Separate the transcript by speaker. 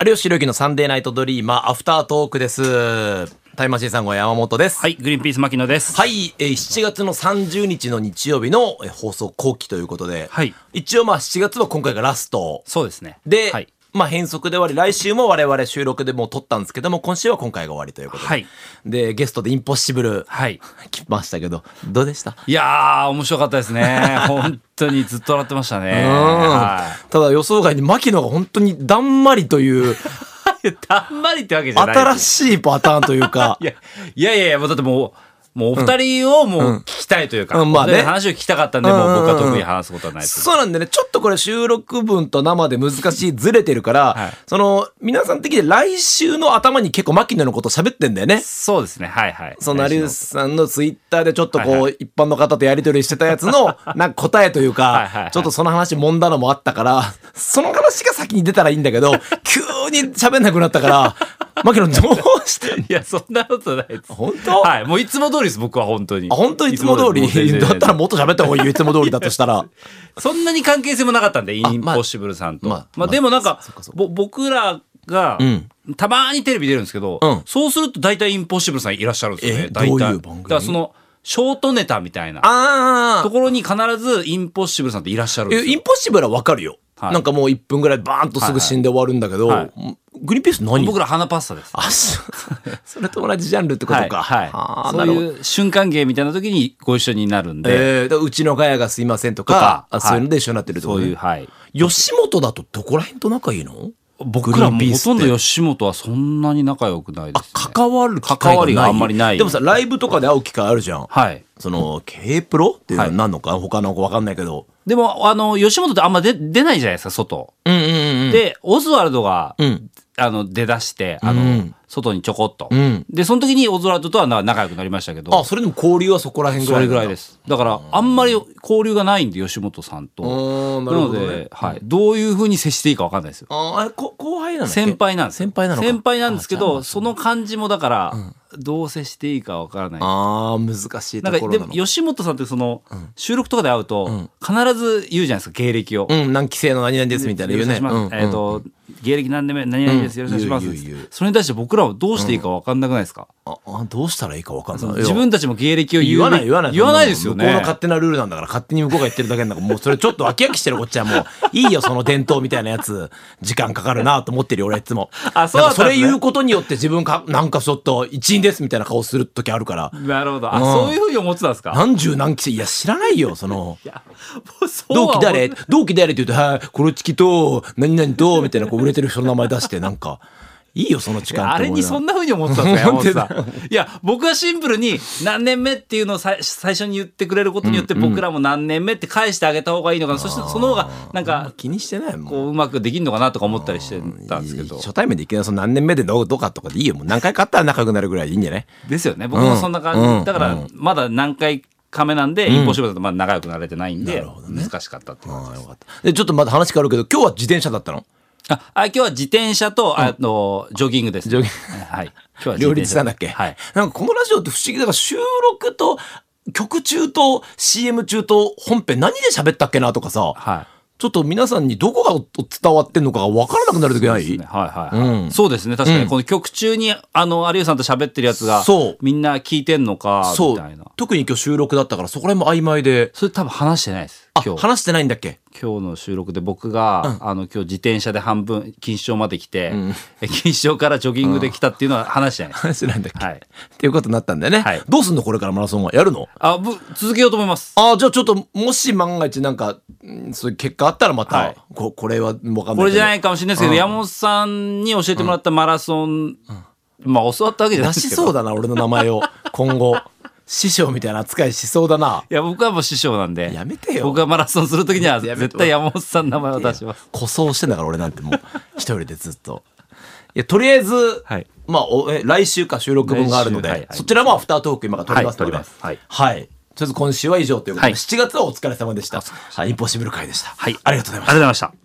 Speaker 1: 有吉弘行のサンデーナイトドリーマーアフタートークです。タイムマシーンさんご山本です。
Speaker 2: はい、グリーンピース牧野です。
Speaker 1: はい、えー7月の30日の日曜日のえー放送後期ということで、
Speaker 2: はい
Speaker 1: 一応まあ7月は今回がラスト
Speaker 2: そうですね。
Speaker 1: で、
Speaker 2: はい。
Speaker 1: まあ変則で終わり、来週も我々収録でもう撮ったんですけども、今週は今回が終わりということで、
Speaker 2: はい
Speaker 1: で、ゲストでインポッシブル
Speaker 2: はい。
Speaker 1: 来ましたけど、どうでした
Speaker 2: いやー、面白かったです ね。本当にずっと笑ってましたね。は
Speaker 1: ただ予想外に牧野が本当にだんまりと いう
Speaker 2: い。たんまりってわけじゃない。
Speaker 1: 新
Speaker 2: し
Speaker 1: しいパターンという か
Speaker 2: い。や、いやいやいや、もうだってもう、もうお二人をもう聞きたいというか、
Speaker 1: うんまあね
Speaker 2: お二人の話を聞きたかったんで、もう僕は特に話すことはないです。
Speaker 1: そうなんでね、ちょっとこれ収録分と生で難しい、ずれてるから、
Speaker 2: はい
Speaker 1: その、皆さん的に来週の頭に結構牧野のこと喋ってんだよね。
Speaker 2: そうですね。はいはい。
Speaker 1: その成吉さんのツイッターでちょっとこう、
Speaker 2: はいは
Speaker 1: 一般の方とやり取りしてたやつ のなんか答えというか
Speaker 2: はいはいはい
Speaker 1: ちょっとその話もんだのもあったからその話が先に出たらいいんだけ ど急に喋んなくなったから牧野どうしてんの
Speaker 2: いや、そんなことないです。
Speaker 1: 本当、
Speaker 2: はい。もういつも通りです、僕は本当に。
Speaker 1: あ本当いつも通り
Speaker 2: いつもですもう全然
Speaker 1: だったらもっと喋った方がいいよいつも通りだとした ら
Speaker 2: そんなに関係性もなかったんで、インポッシブルさんと。
Speaker 1: まあ
Speaker 2: まあ、
Speaker 1: まあ
Speaker 2: でもなんか
Speaker 1: そっかそっか
Speaker 2: ぼ僕らが、
Speaker 1: ん
Speaker 2: たまにテレビ出るんですけど、
Speaker 1: うん
Speaker 2: そうすると大体インポッシブルさんいらっしゃるんですよ
Speaker 1: え
Speaker 2: ね。大体
Speaker 1: どういう番組
Speaker 2: だからその、ショートネタみたいな
Speaker 1: あ
Speaker 2: ところに必ずインポッシブルさんっていらっしゃるんです
Speaker 1: えイン
Speaker 2: よ。
Speaker 1: ポッシブルはわかるよ、
Speaker 2: はい
Speaker 1: なんかもう1分ぐらいバーンとすぐ死んで終わるんだけど、
Speaker 2: はい
Speaker 1: グリーンピース何
Speaker 2: 僕ら花パスタです。
Speaker 1: あ そそれと同じジャンルってことか、
Speaker 2: はい
Speaker 1: あ
Speaker 2: は
Speaker 1: ー
Speaker 2: い、
Speaker 1: な
Speaker 2: そ
Speaker 1: る
Speaker 2: う
Speaker 1: ほど
Speaker 2: いう瞬間芸みたいな時にご一緒になるんで、
Speaker 1: えーだからうちのガヤがすいませんと
Speaker 2: とか
Speaker 1: か、あ
Speaker 2: はい
Speaker 1: そういうので一緒になってるってこ
Speaker 2: そう
Speaker 1: とね
Speaker 2: いう、はい。
Speaker 1: 吉本だとどこら辺と仲いいの
Speaker 2: 僕らも
Speaker 1: グリーンピー
Speaker 2: ほ
Speaker 1: スっ
Speaker 2: とん
Speaker 1: て
Speaker 2: ど吉本はそんなに仲良くないです、ね。
Speaker 1: 関わる機会がない
Speaker 2: 関わりがあんまりない
Speaker 1: でもさライブとかで会う機会あるじゃん、
Speaker 2: はい。
Speaker 1: その K プロっていうのは何のか、他の子分かんないけど
Speaker 2: でも、あの、吉本ってあんま出出ないじゃないですか、外。
Speaker 1: うんうんうん
Speaker 2: で、オズワルドが、
Speaker 1: うん
Speaker 2: あの、出だして、あの、
Speaker 1: うん
Speaker 2: 外にちょこっと、
Speaker 1: ん
Speaker 2: で、その時にオズワルドとはな仲良くなりましたけど、
Speaker 1: あそれでも交流はそこら辺ぐ
Speaker 2: そ
Speaker 1: らい
Speaker 2: れぐらいですす。だから、あんまり交流がないんで、吉本さんと。
Speaker 1: うんな
Speaker 2: な
Speaker 1: るほど
Speaker 2: の
Speaker 1: ね
Speaker 2: で、はい。どういうふうに接していいかわかんないですよ。
Speaker 1: ああれこ後輩なの
Speaker 2: 先輩なんですよ
Speaker 1: 先輩なのか
Speaker 2: 先輩なんですけ
Speaker 1: あじゃあま
Speaker 2: ど
Speaker 1: あ
Speaker 2: その感じもだから、どう接していいかわからない
Speaker 1: あー難しいと
Speaker 2: なん
Speaker 1: こ
Speaker 2: か
Speaker 1: ろ
Speaker 2: で
Speaker 1: なの
Speaker 2: も吉本さんってその、収録とかで会うと、必ず言うじゃないですか芸歴を、
Speaker 1: うん何期生の何々ですみたいな
Speaker 2: よ
Speaker 1: 言
Speaker 2: ろ
Speaker 1: う
Speaker 2: しく
Speaker 1: ね
Speaker 2: お願いします
Speaker 1: うん
Speaker 2: えっ、と、芸歴何年目、何々です、
Speaker 1: うん
Speaker 2: よろしくお願いし
Speaker 1: 言
Speaker 2: ま
Speaker 1: う
Speaker 2: す
Speaker 1: 言う言う
Speaker 2: それに対して僕らはどうしていいか分かんなくないですか、
Speaker 1: ああどうしたらいいか分かん
Speaker 2: そ
Speaker 1: な
Speaker 2: の
Speaker 1: い
Speaker 2: 自分たちも芸歴を言う
Speaker 1: 言わない言わない
Speaker 2: 言わないですよ
Speaker 1: 向こう
Speaker 2: ね。
Speaker 1: の勝手なルールなんだから勝手に向こうが言ってるだけなんだからもうそれちょっと飽き飽きしてるこっちはもう いいよその伝統みたいなやつ時間かかるなと思ってるよ俺いつも
Speaker 2: あそうだっ
Speaker 1: なん
Speaker 2: たんですね
Speaker 1: かそれ言うことによって自分かなんかちょっと一員ですみたいな顔する時あるから
Speaker 2: なるほど。あ、
Speaker 1: うん
Speaker 2: そういうふうに思ってたんですか
Speaker 1: 何十何期生いや知らないよその
Speaker 2: いや、もうそうは
Speaker 1: 同期誰
Speaker 2: 思っ
Speaker 1: 同期誰って言うとはいコロチキと何々とみたいなこう売れてる人の名前出してなんかいいよその時間
Speaker 2: あれにそんなふうに思ってた んですか
Speaker 1: 思
Speaker 2: 山
Speaker 1: って
Speaker 2: 本
Speaker 1: た
Speaker 2: さん。いや、僕はシンプルに何年目っていうのをさい最初に言ってくれることによって僕らも何年目って返してあげた方がいいのかな。そしてその方がなん
Speaker 1: な
Speaker 2: か、
Speaker 1: 気にしてないもん
Speaker 2: こううまくできるのかなとか思ったりしてたんですけど。
Speaker 1: 初対面でいきなりその何年目でどうとかとかでいいよもう何回かあったら仲良くなるぐらいでいいんじゃない
Speaker 2: ですよね僕もそんな感じ、
Speaker 1: うん
Speaker 2: だか
Speaker 1: うん
Speaker 2: らまだ何回か目なんで、インポッシブルだとまだ仲良くなれてないんで、難しかったっていう感じ
Speaker 1: ああよかったでちょっとまだ話変わるけど今日は自転車だったの
Speaker 2: ああ今日は自転車とあのジョギングです
Speaker 1: ジョギン
Speaker 2: はい今日は自転車
Speaker 1: 両立したんだっけ、
Speaker 2: はい
Speaker 1: なんかこのラジオって不思議だから収録と曲中と CM 中と本編何で喋ったっけなとかさ、
Speaker 2: は
Speaker 1: ちょっと皆さんにどこがお伝わってんのかが分からなくなる時ない
Speaker 2: い、ねはいはい、
Speaker 1: うん
Speaker 2: そうですね確かにこの曲中にあの有吉さんと喋ってるやつが
Speaker 1: そう
Speaker 2: みんな聞いてんのか
Speaker 1: そ
Speaker 2: みたいうな
Speaker 1: 特に今日収録だったからそこら辺も曖昧で
Speaker 2: それ多分話してないです
Speaker 1: あ
Speaker 2: 今日
Speaker 1: 話してないんだっけ
Speaker 2: 今日の収録で僕が、あの今日自転車で半分錦糸町まで来て、え錦糸町からジョギングで来たっていうのは話してないです、
Speaker 1: 話してないんだっけ、
Speaker 2: はい
Speaker 1: っていうことになったんだよね、
Speaker 2: はい
Speaker 1: どうすんのこれからマラソンはやるの
Speaker 2: あ、ぶ、続けようと思います。
Speaker 1: ああ、じゃあちょっと、もし万が一なんか、んそういう結果あったらまた、
Speaker 2: はい
Speaker 1: ここれはわかんないけど。
Speaker 2: これじゃないいかもしれないですけど、山本さんに教えてもらったマラソン、まあ教わったわけじゃない
Speaker 1: 出
Speaker 2: んです
Speaker 1: し
Speaker 2: けど。
Speaker 1: そうだな、俺の名前を。今後。師匠みたいな扱いしそうだな。
Speaker 2: いや、僕はもう師匠なんで。
Speaker 1: やめてよ
Speaker 2: 僕がマラソンするときには、
Speaker 1: やめて
Speaker 2: 絶対山本さんの名前を出します。
Speaker 1: 故障してんだから、俺なんてもう、一人でずっと。いや、とりあえず、
Speaker 2: はい
Speaker 1: まあおえ、来週か収録分があるので、
Speaker 2: 来週はいはい
Speaker 1: そちらもアフタートーク今から撮りますので、
Speaker 2: はい撮りますはい
Speaker 1: はいとりあえず今週は以上ということで、
Speaker 2: はい
Speaker 1: 7月はお疲れ様でした。はい、インポッシブル会でした。
Speaker 2: はい
Speaker 1: ありがとうございました
Speaker 2: ありがとうございました。